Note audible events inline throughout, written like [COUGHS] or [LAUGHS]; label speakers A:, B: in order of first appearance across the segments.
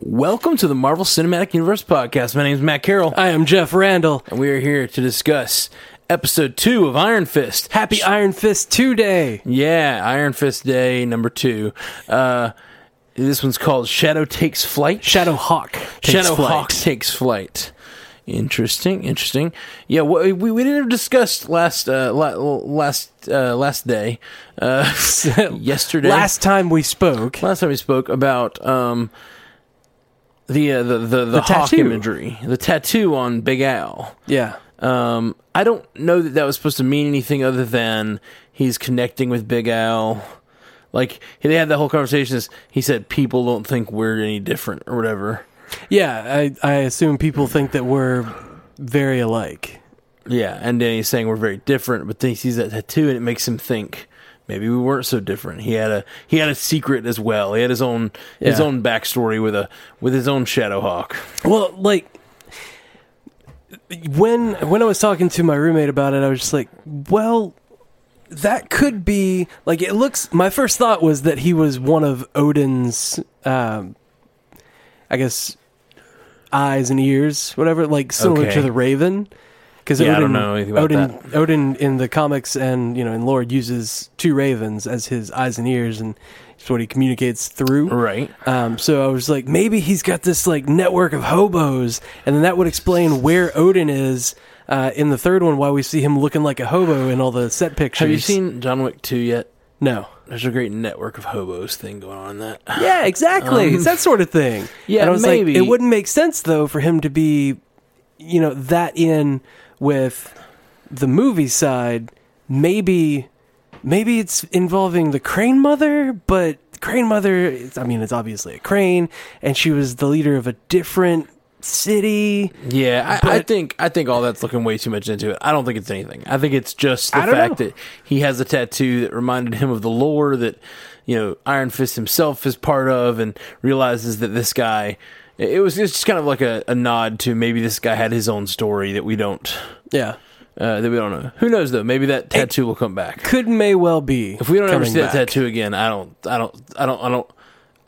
A: Welcome to the Marvel Cinematic Universe podcast. My name is Matt Carroll,
B: I am Jeff Randall.
A: and we are here to discuss episode two of Iron Fist.
B: Happy Iron Fist 2 Day.
A: Yeah, Iron Fist Day number two. Uh, this one's called Shadow Takes Flight.
B: Shadow Hawk. [LAUGHS] takes
A: Shadow
B: flight.
A: Hawk takes flight. Interesting, interesting. Yeah, wha- we we didn't have discussed last uh, la- last uh, last day, uh,
B: [LAUGHS]
A: yesterday,
B: Last time we spoke,
A: last time we spoke about um the uh, the the, the, hawk
B: tattoo.
A: imagery, the tattoo on Big Al.
B: yeah,
A: Um, I don't know that that was supposed to mean anything other than he's connecting with Big Al. Like they had that whole conversation. is He said people don't think we're any different or whatever.
B: yeah. I, I assume people think that we're very alike.
A: Yeah, and then he's saying we're very different, but then he sees that tattoo and it makes him think maybe we weren't so different. He had a he had a secret as well. He had his own his
B: Yeah.
A: own backstory with a with his own Shadow Hawk.
B: Well, like when when I was talking to my roommate about it, I was just like, well, that could be like it looks. My first thought was that he was one of Odin's, um, I guess, eyes and ears, whatever, like similar
A: Okay.
B: to the Raven. Because
A: Yeah, I
B: Odin,
A: don't know anything about
B: Odin, Odin in the comics and you know in Lord uses two ravens as his eyes and ears, and it's what he communicates through.
A: Right.
B: Um, so I was like, maybe he's got this like network of hobos, and then that would explain where Odin is uh, in the third one. Why we see him looking like a hobo in all the set pictures?
A: Have you seen John Wick two yet?
B: No.
A: There's a great network of hobos thing going on in that. [LAUGHS]
B: Yeah, exactly.
A: Um,
B: it's that sort of thing.
A: yeah,
B: and I was
A: maybe.
B: like, it wouldn't make sense though for him to be, you know, that in with the movie side. Maybe, maybe it's involving the Crane Mother, but Crane Mother. It's, I mean, it's obviously a crane, and she was the leader of a different city.
A: Yeah, I, I
B: But-
A: think I think all that's looking way too much into it. I don't think it's anything. I think it's just the
B: I don't
A: fact
B: know.
A: that he has a tattoo that reminded him of the lore that you know Iron Fist himself is part of, and realizes that this guy. It was it's just kind of like a, a nod to maybe this guy had his own story that we don't
B: Yeah,
A: uh, that we don't know. Who knows though? Maybe that tattoo will come back.
B: could may well be.
A: If we don't ever
B: coming
A: see that
B: back.
A: tattoo again, I don't, I don't, I don't, I don't.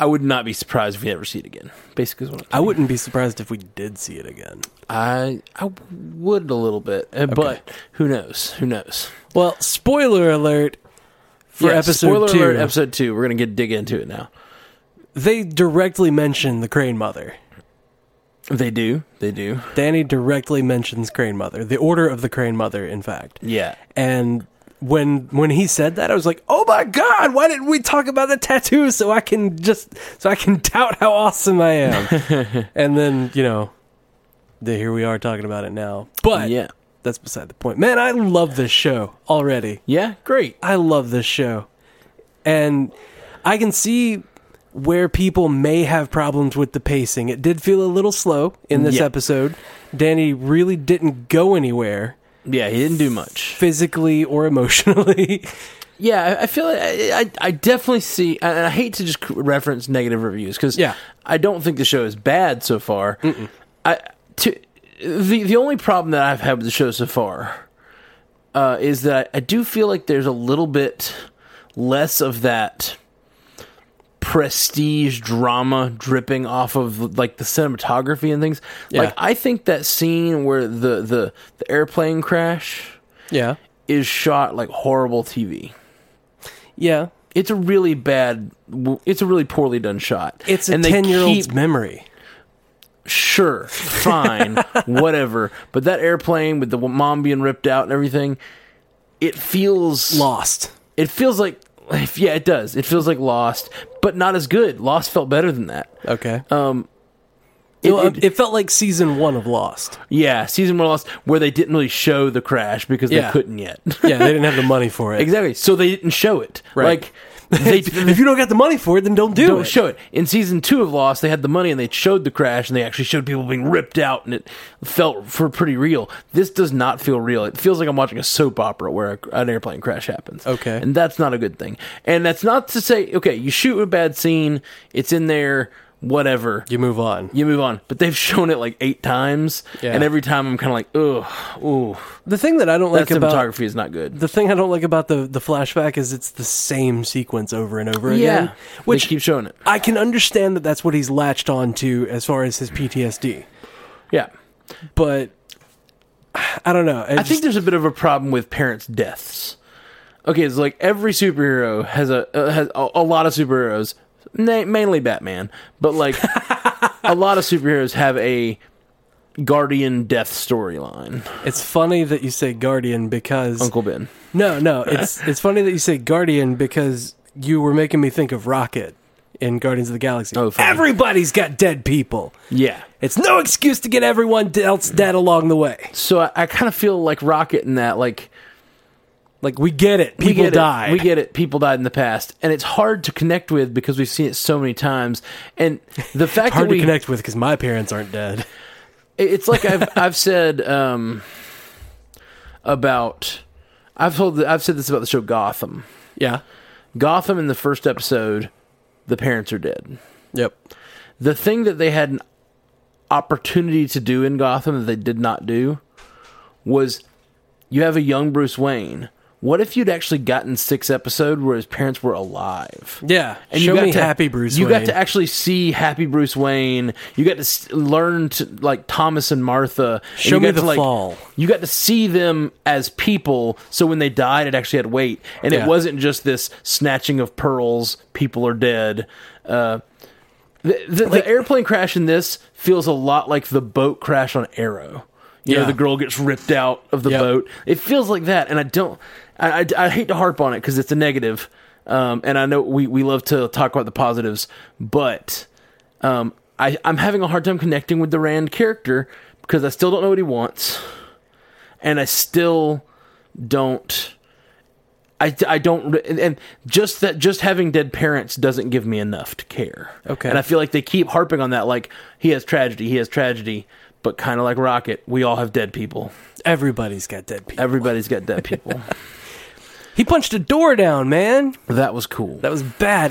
A: I would not be surprised if we never see it again. Basically, is what I'm
B: I wouldn't be surprised if we did see it again.
A: I I would a little bit, uh, but who knows? Who knows?
B: Well, spoiler alert for
A: Yeah,
B: episode
A: spoiler
B: two.
A: alert, episode two. We're gonna get dig into it now.
B: they directly mention the Crane Mother.
A: They do, they do.
B: Danny directly mentions Crane Mother, the Order of the Crane Mother, in fact.
A: Yeah,
B: And when when he said that, I was like, "Oh my god! Why didn't we talk about the tattoo so I can just so I can [LAUGHS] tout how awesome I am?" and then you know, the, here we are talking about it now. But
A: yeah,
B: that's beside the point. Man, I love this show already.
A: yeah. Great.
B: I love this show. And I can see where people may have problems with the pacing. It did feel a little slow in this
A: Yeah.
B: episode. Danny really didn't go anywhere
A: Yeah, he didn't do much.
B: physically or [LAUGHS] emotionally.
A: Yeah, I, I feel like I, I, I definitely see, and I hate to just c- reference negative reviews because
B: Yeah.
A: I don't think the show is bad so far. I to, the the only problem that I've had with the show so far uh, is that I do feel like there's a little bit less of that prestige drama dripping off of like the cinematography and things.
B: Yeah.
A: Like I think that scene where the the, the airplane crash
B: yeah.
A: is shot like horrible TV
B: Yeah.
A: it's a really bad it's a really poorly done shot
B: It's a
A: And they
B: 10 year old's
A: keep-
B: memory.
A: sure
B: [LAUGHS]
A: fine whatever but that airplane with the mom being ripped out and everything it feels
B: Lost.
A: it feels like yeah it does it feels like lost but not as good lost felt better than that
B: Okay.
A: um
B: it,
A: it-
B: it felt like season one of Lost.
A: yeah season one of lost where they didn't really show the crash because
B: [LAUGHS] Yeah.
A: they couldn't yet [LAUGHS]
B: Yeah, they didn't have the money for it.
A: exactly so they didn't show it
B: Right.
A: like
B: [LAUGHS]
A: They,
B: if you don't got the money for it, then don't do
A: don't
B: it.
A: show it. In season two of Lost, they had the money and they showed the crash and they actually showed people being ripped out and it felt for pretty real. This does not feel real. It feels like I'm watching a soap opera where a, an airplane crash happens.
B: Okay.
A: and that's not a good thing. And that's not to say okay, you shoot a bad scene, it's in there, whatever.
B: you move on.
A: You move on, but they've shown it like eight times,
B: Yeah.
A: and every time I'm kind of like, ugh, ooh,
B: The thing that I don't
A: that
B: like about
A: cinematography is not good.
B: the thing I don't like about the the flashback is it's the same sequence over and over again.
A: which
B: Which
A: they keep showing it.
B: I can understand that that's what he's latched on to as far as his PTSD,
A: Yeah,
B: but I don't know.
A: I think there's a bit of a problem with parents' deaths. Okay, it's like every superhero has a uh, has a, a lot of superheroes, na- mainly Batman, but like a lot of superheroes have a guardian death storyline.
B: it's funny that you say guardian because
A: Uncle Ben.
B: no, no, it's it's funny that you say guardian because you were making me think of Rocket in Guardians of the Galaxy.
A: Oh, funny.
B: everybody's got dead people.
A: Yeah.
B: It's no excuse to get everyone else dead along the way.
A: So I, I kind of feel like Rocket in that like
B: Like we get it.
A: we
B: People
A: get it.
B: die.
A: We get it. People died in the past, and it's hard to connect with because we've seen it so many times. And the fact
B: hard
A: that we
B: to connect with because my parents aren't dead.
A: It- it's like I've I've said um, about I've told I've said this about the show Gotham.
B: Yeah.
A: Gotham in the first episode, the parents are dead.
B: Yep.
A: The thing that they had an opportunity to do in Gotham that they did not do was you have a young Bruce Wayne. What if you'd actually gotten six episode where his parents were alive?
B: Yeah.
A: And
B: Show
A: you got
B: me
A: to,
B: happy Bruce.
A: You
B: Wayne.
A: got to actually see happy Bruce Wayne. You got to s- learn to like Thomas and Martha. and
B: Show
A: you
B: me
A: got
B: the
A: to, like,
B: fall.
A: You got to see them as people. So when they died, it actually had weight, and
B: Yeah.
A: it wasn't just this snatching of pearls. People are dead. Uh, the, the, the airplane crash in this feels a lot like the boat crash on Arrow. You
B: Yeah.
A: know, the girl gets ripped out of the
B: Yep.
A: boat. It feels like that, and I don't. I, I, I hate to harp on it because it's a negative, um, and I know we, we love to talk about the positives, but um, I, I'm having a hard time connecting with the Rand character because I still don't know what he wants, and I still don't. I, I don't and- and just that just having dead parents doesn't give me enough to care.
B: Okay.
A: and I feel like they keep harping on that like he has tragedy, he has tragedy, but kind of like Rocket, we all have dead people.
B: Everybody's got dead people.
A: Everybody's got dead people.
B: He punched a door down, man.
A: that was cool.
B: [LAUGHS] That was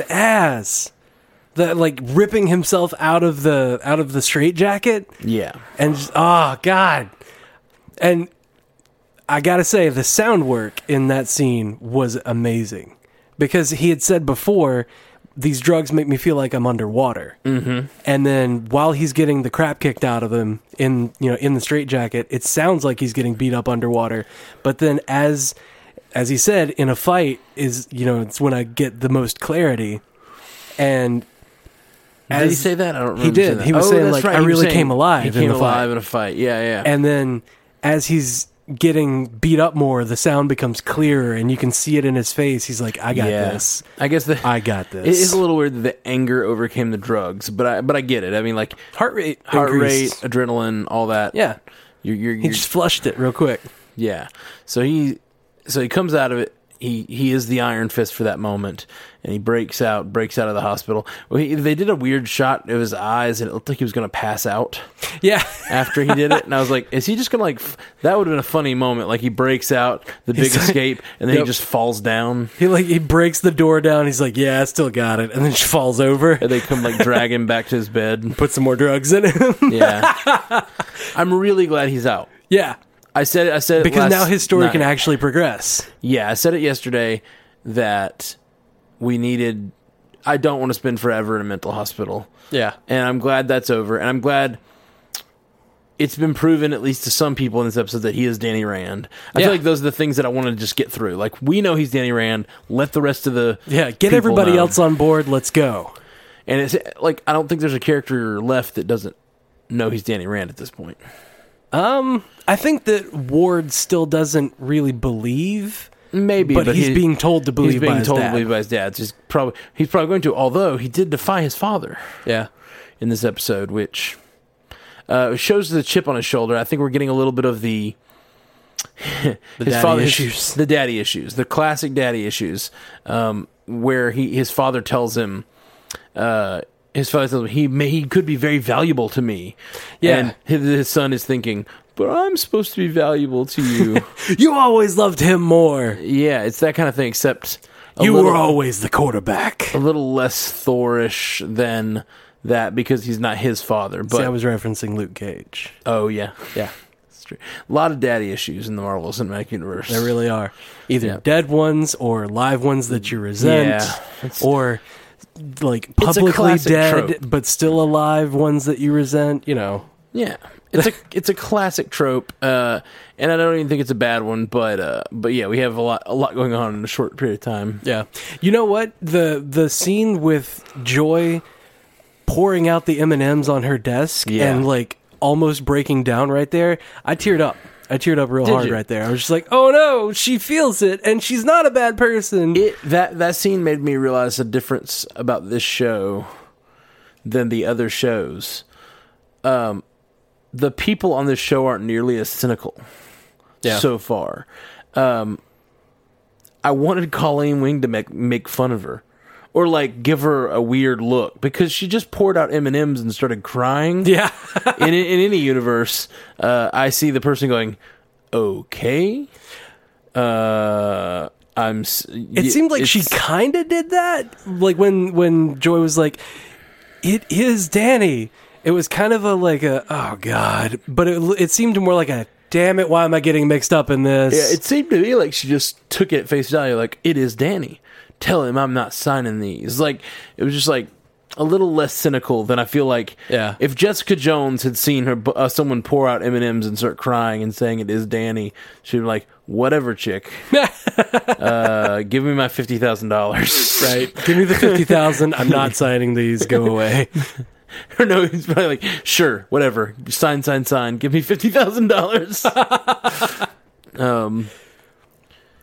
B: badass. That like ripping himself out of the out of the straitjacket
A: yeah,
B: and just, oh god. And I gotta say, the sound work in that scene was amazing because he had said before, these drugs make me feel like I'm underwater. Mm-hmm. And then while he's getting the crap kicked out of him in you know in the straitjacket, it sounds like he's getting beat up underwater. But then as as he said, in a fight is you know it's when I get the most clarity. And
A: did he
B: as-
A: say that? I don't. remember
B: he
A: him saying
B: did.
A: that.
B: He was
A: Oh,
B: saying
A: that's
B: like
A: right.
B: I
A: He was
B: really
A: saying
B: came alive.
A: He
B: in
A: came
B: the fight.
A: alive in a fight. Yeah, yeah.
B: And then as he's getting beat up more, the sound becomes clearer and you can see it in his face. He's like, I got
A: yeah.
B: this.
A: I guess the
B: I got
A: it is
B: this.
A: a little weird that the anger overcame the drugs, but I but I get it. I mean, like
B: heart rate.
A: heart
B: increased.
A: rate, adrenaline, all that.
B: Yeah.
A: you're, you're,
B: He
A: you're
B: just flushed it real quick.
A: Yeah. So he so he comes out of it. He he is the Iron Fist for that moment, and he breaks out, breaks out of the hospital. Well, he, they did a weird shot of his eyes, and it looked like he was going to pass out
B: Yeah. [LAUGHS]
A: after he did it. And I was like, is he just going to like? F-? That would have been a funny moment. Like he breaks out, the big
B: like-
A: escape, and then
B: Yep.
A: he just falls down,
B: He like he breaks the door down. He's like, Yeah, I still got it. And then she falls over.
A: and they come like drag him back to his
B: [LAUGHS]
A: bed.
B: Put some more drugs in him. [LAUGHS]
A: Yeah. I'm really glad he's out.
B: yeah.
A: I said it. I said it last
B: Because now his story can
A: night.
B: actually progress.
A: Yeah, I said it yesterday that we needed. I don't want to spend forever in a mental hospital.
B: Yeah.
A: And I'm glad that's over. And I'm glad it's been proven, at least to some people in this episode, that he is Danny Rand. I
B: Yeah.
A: feel like those are the things that I want to just get through. Like, we know he's Danny Rand. Let the rest of the.
B: Yeah. Get
A: people
B: everybody
A: know.
B: else on board. Let's go.
A: And it's like, I don't think there's a character left that doesn't know he's Danny Rand at this point.
B: Um, I think that Ward still doesn't really believe
A: Maybe.
B: but, he's
A: he-
B: being told to believe
A: He's being
B: by his
A: told
B: dad.
A: to believe by his dad. So He's probably, he's probably going to, although he did defy his father.
B: Yeah.
A: in this episode, which uh, shows the chip on his shoulder. I think we're getting a little bit of
B: [LAUGHS]
A: the
B: The
A: his
B: daddy
A: father- his-
B: issues.
A: the daddy issues, the classic daddy issues. Um, where he his father tells him, uh, his father tells him he may he could be very valuable to me.
B: Yeah.
A: and his, his son is thinking, but I'm supposed to be valuable to
B: [LAUGHS]
A: you.
B: You always loved him more.
A: yeah, it's that kind of thing. Except a
B: you
A: little,
B: were always the quarterback.
A: a little less Thorish than that because he's not his father. But
B: See, I was referencing Luke Cage.
A: oh yeah,
B: Yeah,
A: It's true. A lot of daddy issues in the Marvel Cinematic Universe.
B: there really are either
A: Yeah.
B: dead ones or live ones that you resent,
A: Yeah, it's-
B: or like
A: a
B: publicly
A: classic
B: dead
A: trope.
B: but still alive ones that you resent. You know,
A: Yeah, it's a [LAUGHS] it's a classic trope, uh, and I don't even think it's a bad one. But uh, but yeah, we have a lot a lot going on in a short period of time.
B: Yeah. You know what? The the scene with Joy pouring out the M&Ms on her desk
A: Yeah.
B: and like almost breaking down right there. I teared up. I teared up real hard
A: you?
B: right there. I was just like, "Oh no, she feels it and she's not a bad person."
A: It that that scene made me realize the difference about this show than the other shows. Um, the people on this show aren't nearly as cynical
B: Yeah.
A: so far. Um, I wanted Colleen Wing to make make fun of her. Or like give her a weird look because she just poured out M and M's and started crying.
B: yeah.
A: [LAUGHS] in, in any universe, uh, I see the person going, "Okay, uh, I'm." s-
B: It seemed like she
A: it's-
B: kind of did that. Like when when Joy was like, "It is Danny." It was kind of a like a oh god, but it it seemed more like a damn it, why am I getting mixed up in this?
A: Yeah, it seemed to me like she just took it at face value. Like it is Danny. Tell him I'm not signing these. Like it was just like a little less cynical than I feel like.
B: Yeah.
A: If Jessica Jones had seen her uh, someone pour out M and M's and start crying and saying it is Danny, she'd be like, "Whatever,
B: [LAUGHS]
A: chick. uh, give me my fifty thousand dollars."
B: Right. Give me the 50,000. I'm not signing these. Go away.
A: [LAUGHS] or no, he's probably like, sure, whatever. Sign, sign, sign. Give me fifty thousand
B: [LAUGHS]
A: dollars. um,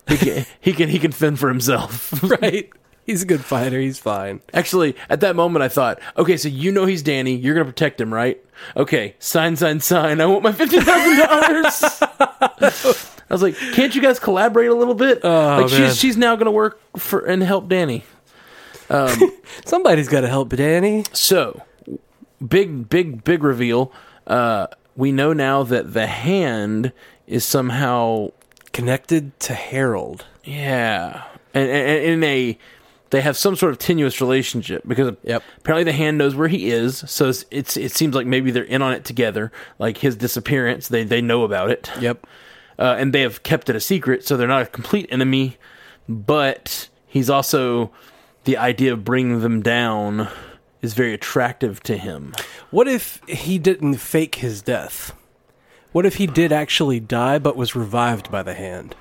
A: he can, he can he can fend for himself.
B: right. He's a good fighter. He's fine.
A: Actually, at that moment, I thought, okay, so you know he's Danny. You're gonna protect him, right? Okay, sign, sign, sign. I want my fifty thousand dollars.
B: [LAUGHS]
A: I was like, can't you guys collaborate a little bit?
B: Oh,
A: like
B: man.
A: she's she's now gonna work for and help Danny.
B: Somebody's got to help Danny.
A: So, big, big, big reveal. Uh, we know now that the hand is somehow,
B: Connected to Harold.
A: yeah, and, and, and in a they have some sort of tenuous relationship because
B: Yep.
A: apparently the hand knows where he is. So it's, it's it seems like maybe they're in on it together. Like his disappearance, they they know about it.
B: Yep.
A: uh, and they have kept it a secret, so they're not a complete enemy. But he's also the idea of bringing them down is very attractive to him.
B: What if he didn't fake his death? What if he did actually die but was revived by the hand?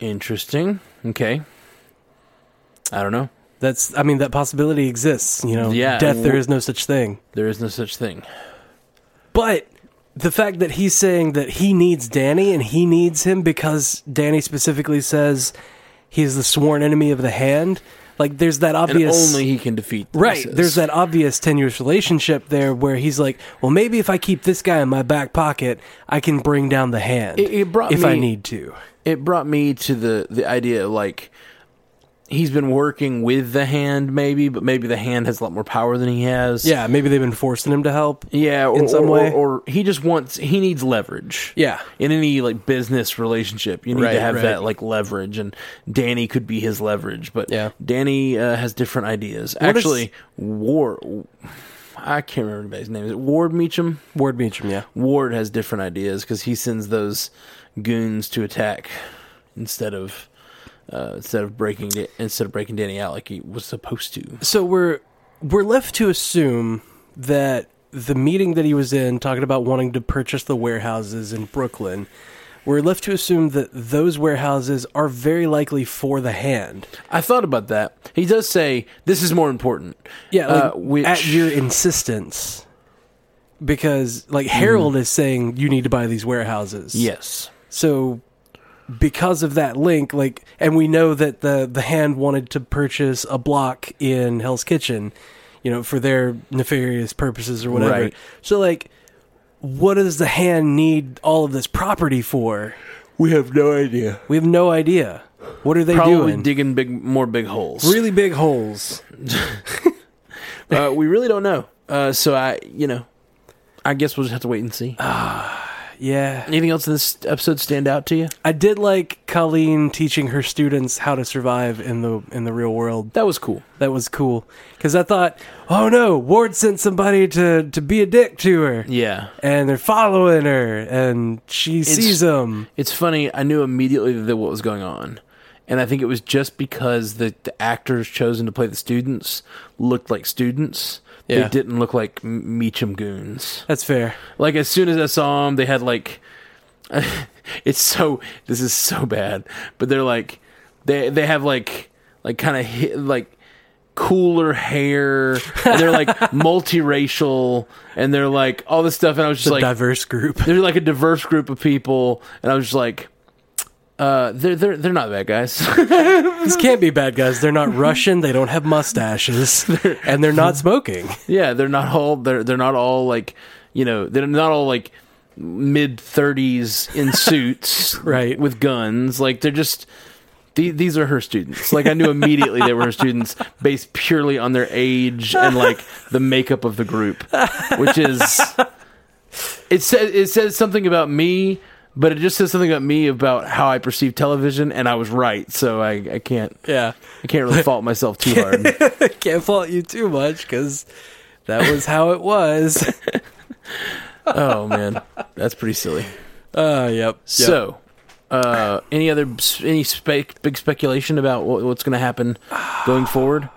A: Interesting. Okay. I don't know.
B: That's, I mean, that possibility exists. You know,
A: Yeah.
B: death, there is no such thing.
A: There is no such thing.
B: But the fact that he's saying that he needs Danny and he needs him because Danny specifically says he is the sworn enemy of the hand, like there's that
A: And
B: obvious
A: only he can defeat. the
B: right.
A: Mises.
B: There's that obvious tenuous relationship there where he's like, well, maybe if I keep this guy in my back pocket, I can bring down the hand
A: It- it brought
B: if I
A: me-
B: need to.
A: It brought me to the the idea like he's been working with the hand, maybe, but maybe the hand has a lot more power than he has.
B: Yeah, maybe they've been forcing him to help.
A: Yeah. Or,
B: In some
A: or-
B: way.
A: or, or he just wants he needs leverage.
B: Yeah.
A: in any like business relationship you need
B: Right,
A: to have
B: right.
A: that like leverage and danny could be his leverage but
B: Yeah.
A: danny uh, has different ideas
B: What is-
A: actually war i can't remember anybody's name is it ward meacham
B: Ward Meacham, yeah.
A: ward has different ideas because he sends those goons to attack instead of uh, instead of breaking Da- instead of breaking danny out like he was supposed to
B: So we're we're left to assume that the meeting that he was in talking about wanting to purchase the warehouses in Brooklyn, we're left to assume that those warehouses are very likely for the hand.
A: i thought about that he does say this is more important
B: Yeah, like,
A: Uh, which-
B: at your insistence. Because like Harold is saying you need to buy these warehouses.
A: yes
B: So because of that link, like and we know that the the hand wanted to purchase a block in Hell's Kitchen, you know, for their nefarious purposes or whatever.
A: Right.
B: So like what does the hand need all of this property for?
A: We have no idea.
B: We have no idea. What are they
A: Probably
B: doing?
A: digging big, more big holes.
B: really big holes.
A: Uh, we really don't know. Uh, so I, you know, I guess we'll just have to wait and see.
B: Yeah.
A: Uh, Anything else in this episode stand out to you?
B: I did like Colleen teaching her students how to survive in the in the real world.
A: That was cool.
B: That was cool because I thought, oh no, Ward sent somebody to to be a dick to her,
A: Yeah.
B: and they're following her, and she sees them.
A: It's funny. I knew immediately that what was going on, and I think it was just because the, the actors chosen to play the students looked like students.
B: Yeah.
A: They didn't look like M- Meacham goons.
B: That's fair.
A: Like as soon as I saw them, they had like, [LAUGHS] it's so this is so bad. But they're like, they they have like like kind of hi like cooler hair. And they're like multiracial, and they're like all this stuff. And I was just like,
B: Diverse group. [LAUGHS]
A: they're like a diverse group of people, and I was just like, uh, they're they're they're not bad guys. [LAUGHS]
B: These can't be bad guys. They're [LAUGHS] not Russian. They don't have [LAUGHS] mustaches, and they're not smoking.
A: yeah, they're not all they're they're not all like you know they're not all like mid thirties in suits,
B: Right.
A: With guns, like they're just. the- These are her students. Like I knew immediately they were her students, based purely on their age and like the makeup of the group, which is it says it says something about me, but it just says something about me about how I perceive television, and I was right, so I, I can't
B: [LAUGHS] [LAUGHS] Yeah,
A: I can't really fault myself too hard.
B: can't fault you too much because that was how it was.
A: oh man, that's pretty silly.
B: [LAUGHS] Uh, yep. yep.
A: So, uh, any other any spec, big speculation about what, what's going to happen going forward?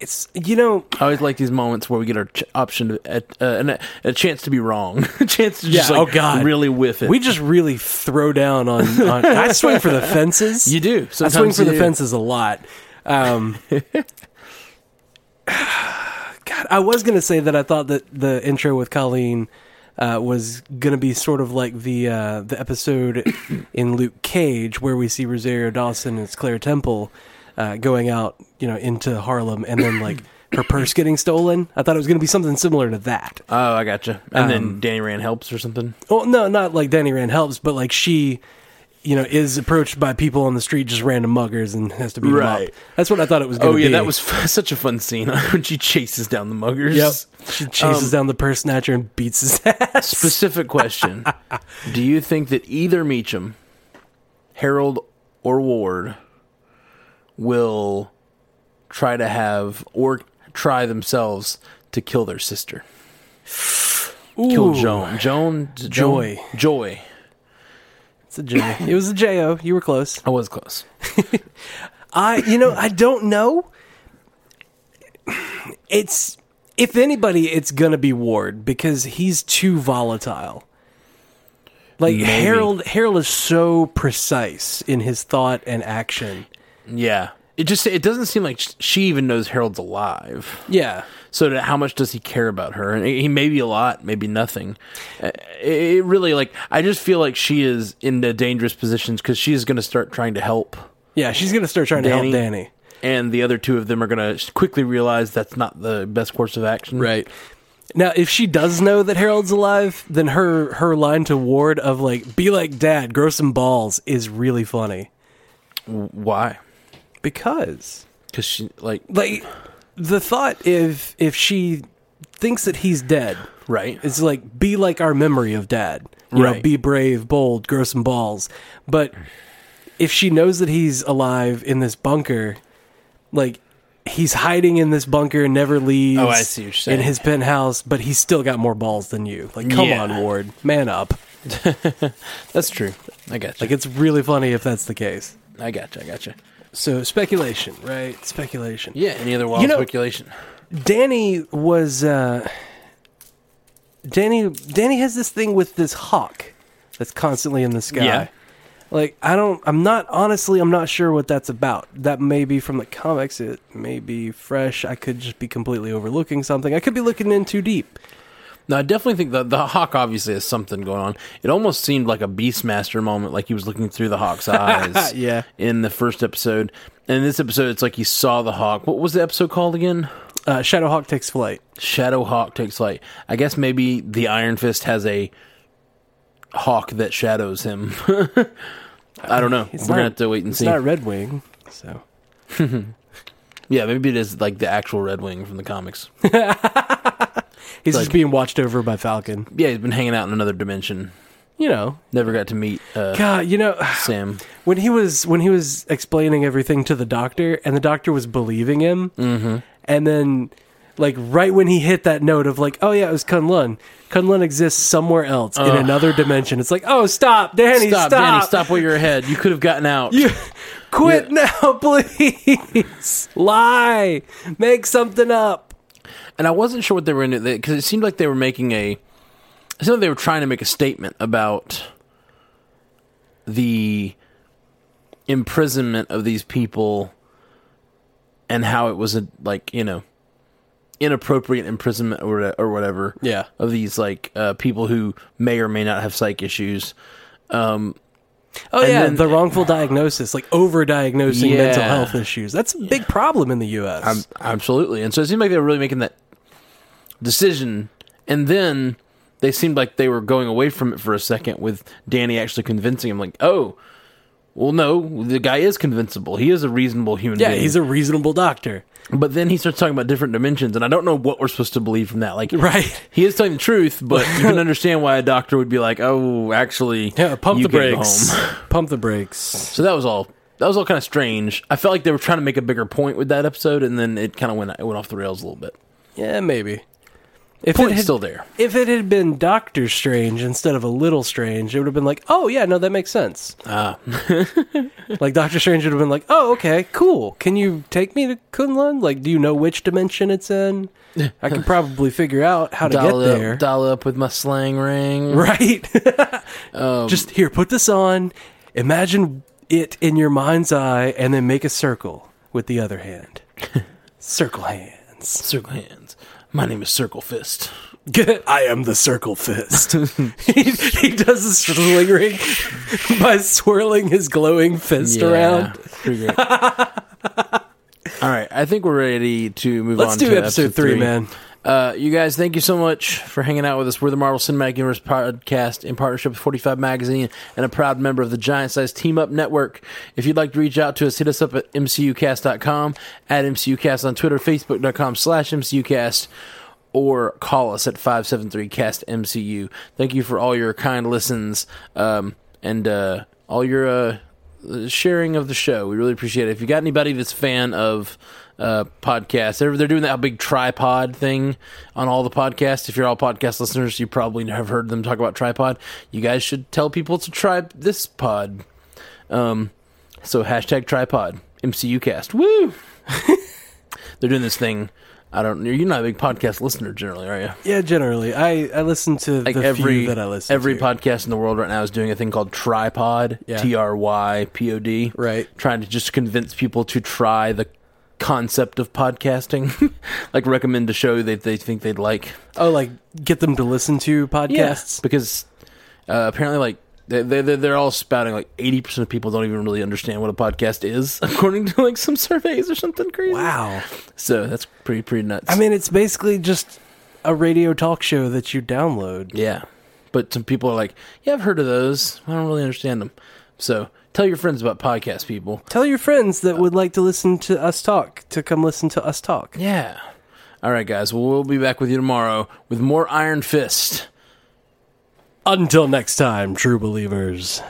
B: it's you know
A: I always like these moments where we get our ch- option to, at, uh, and a, a chance to be wrong, [LAUGHS] a chance to just
B: Yeah,
A: like
B: oh, God.
A: really whiff it.
B: we just really throw down on. on I swing
A: [LAUGHS]
B: for the fences.
A: you do.
B: I swing
A: Sometimes
B: for
A: you
B: the
A: do.
B: fences a lot. Um, [SIGHS] God, I was gonna say that I thought that the intro with Colleen uh, was gonna be sort of like the uh, the episode [COUGHS] in Luke Cage where we see Rosario Dawson and it's Claire Temple uh, going out, you know, into Harlem, and then like her purse getting stolen. I thought it was gonna be something similar to that.
A: Oh, I gotcha. And then
B: Um,
A: Danny Rand helps or something.
B: Well, no, not like Danny Rand helps, but like she, you know, is approached by people on the street, just random muggers, and has to beat them
A: Right.
B: up. That's what I thought it was. going
A: Oh
B: to
A: yeah,
B: be.
A: that was [LAUGHS] f- such a fun scene [LAUGHS] when she chases down the muggers.
B: Yep. She chases
A: Um,
B: down the purse snatcher and beats his [LAUGHS] ass.
A: Specific question: Do you think that either Meacham, Harold, or Ward will try to have or try themselves to kill their sister? Kill
B: Ooh.
A: Joan. Joan. Joan-
B: Joy.
A: Joy.
B: It's a J. It was a J O. You were close.
A: I was close.
B: I, you know, I don't know. It's if anybody, it's gonna be Ward because he's too volatile. Like
A: Maybe.
B: Harold, Harold is so precise in his thought and action.
A: Yeah. It just it doesn't seem like sh- she even knows Harold's alive.
B: Yeah,
A: So to- how much does he care about her? And he maybe a lot, maybe nothing. Uh, It it really like I just feel like she is in the dangerous positions because she is going to start trying to help,
B: yeah. She's gonna start trying to help
A: Danny?
B: Danny.
A: and the other two of them are going to quickly realize that's not the best course of action.
B: Right. Now, if she does know that Harold's alive, then her her line to Ward of like "Be like Dad, grow some balls" is really funny
A: Why?
B: because
A: Because she like
B: like the thought if if she thinks that he's dead,
A: right.
B: it's like be like our memory of Dad, you know,
A: Right.
B: be brave, bold, grow some balls. But if she knows that he's alive in this bunker, like. He's hiding in this bunker and never leaves.
A: Oh, I see what you're
B: In
A: saying.
B: his penthouse, but he's still got more balls than you. Like, come
A: Yeah.
B: on, Ward, man up.
A: That's true. I got you.
B: Like it's really funny if that's the case.
A: I got you. I got you.
B: So speculation, right? Speculation.
A: Yeah. Any other wild
B: You know-
A: speculation?
B: Danny was uh Danny Danny has this thing with this hawk that's constantly in the sky.
A: Yeah.
B: Like I don't I'm not honestly I'm not sure what that's about. That may be from the comics, it may be fresh. I could just be completely overlooking something. I could be looking in too deep.
A: No, I definitely think that the hawk obviously has something going on. It almost seemed like a Beastmaster moment, like he was looking through the
B: [LAUGHS]
A: hawk's eyes.
B: Yeah.
A: In the first episode, and in this episode, it's like he saw the hawk. What was the episode called again?
B: Uh Shadowhawk takes flight.
A: Shadow Hawk takes flight. I guess maybe the Iron Fist has a hawk that shadows him. [LAUGHS] I don't know. We're
B: It's
A: gonna
B: not-
A: have to wait and
B: It's
A: see.
B: not Red Wing, so
A: Yeah, maybe it is like the actual Red Wing from the comics. [LAUGHS]
B: he's
A: Like-
B: just being watched over by Falcon.
A: yeah, he's been hanging out in another dimension.
B: You know,
A: Never got to meet uh,
B: God, you know,
A: Sam.
B: when he was when he was explaining everything to the doctor, and the doctor was believing him,
A: Mm-hmm.
B: and then like right when he hit that note of like, oh yeah, it was Kunlun. Kunlun exists somewhere else in another dimension. It's like, oh stop, Danny,
A: Stop,
B: stop,
A: Danny! Stop where you're ahead. You could have gotten out.
B: [LAUGHS] You- quit now, [LAUGHS] please. Lie, make something up.
A: and I wasn't sure what they were into because it seemed like they were making a. It seemed like they were trying to make a statement about the imprisonment of these people and how it was a like you know inappropriate imprisonment or whate- or whatever.
B: Yeah.
A: of these like uh, people who may or may not have psych issues.
B: Oh
A: And
B: yeah,
A: then-
B: the wrongful diagnosis, like over-diagnosing
A: Yeah.
B: mental health issues. That's a big problem in the U.S.
A: Um, absolutely. And so it seemed like they were really making that decision. And then they seemed like they were going away from it for a second with Danny actually convincing him, like, oh, well, no, the guy is convincible. He is a reasonable human
B: yeah,
A: being.
B: he's a reasonable doctor,
A: but then he starts talking about different dimensions. And I don't know what we're supposed to believe from that. Like,
B: [LAUGHS] right?
A: he is telling the truth, but you can understand why a doctor would be like, oh, actually,
B: [LAUGHS] Yeah, pump
A: you
B: the
A: can go
B: brakes.
A: home. [LAUGHS]
B: Pump the brakes.
A: So that was all. That was all kind of strange. I felt like they were trying to make a bigger point with that episode, and then it kind of went it went off the rails a little bit.
B: Yeah, maybe. If it,
A: Point's
B: had,
A: still there.
B: if it had been Doctor Strange instead of a Little Strange, it would have been like, oh yeah, no, that makes sense.
A: Ah.
B: [LAUGHS]
A: [LAUGHS]
B: like Doctor Strange would have been like, oh okay, cool. Can you take me to Kunlun? Like, do you know which dimension
A: [LAUGHS]
B: it's in? I can probably figure out how to
A: Doll
B: get
A: up,
B: there.
A: doll up with my slang ring.
B: Right? [LAUGHS] Just here, put this on. Imagine it in your mind's eye, and then make a circle with the other [LAUGHS] hand. circle hands.
A: Circle hands. My name is Circle Fist.
B: I am the circle fist. [LAUGHS] he, he does a sling ring by swirling his glowing fist around.
A: Pretty [LAUGHS] great. All right, I think we're ready to move
B: Let's
A: on.
B: do
A: to
B: episode three, man.
A: Uh, you guys, thank you so much for hanging out with us. We're the Marvel Cinematic Universe podcast in partnership with 45 Magazine and a proud member of the Giant Size Team Up Network. If you'd like to reach out to us, hit us up at mcucast.com, at mcucast on Twitter, facebook.com slash mcucast, or call us at 573-CAST-MCU. Thank you for all your kind listens um, and uh, all your uh, sharing of the show. We really appreciate it. If you got anybody that's a fan of uh, podcasts, they're, they're doing that big tripod thing on all the podcasts. If you're all podcast listeners, you probably have heard them talk about tripod. You guys should tell people to try this pod. Um, so hashtag tripod MCU cast. Woo! they're doing this thing. I don't. You're not a big podcast listener generally, are you?
B: Yeah, generally, I, I listen to
A: Like
B: the
A: every
B: few that I listen
A: every
B: to.
A: podcast in the world right now is doing a thing called tripod.
B: Yeah.
A: T R Y P O D
B: Right.
A: trying to just convince people to try the concept of podcasting [LAUGHS] like recommend a show that they think they'd like
B: Oh, like get them to listen to podcasts.
A: because uh, apparently like they they they're, they're all spouting like 80% of people don't even really understand what a podcast is [LAUGHS] according to like some surveys or something crazy
B: Wow.
A: so that's pretty pretty nuts
B: I mean, it's basically just a radio talk show that you download.
A: yeah but some people are like yeah i've heard of those i don't really understand them so tell your friends about podcast people
B: Tell your friends that would like to listen to us talk to come listen to us talk.
A: yeah all right guys well we'll be back with you tomorrow with more iron fist
B: Until next time, true believers.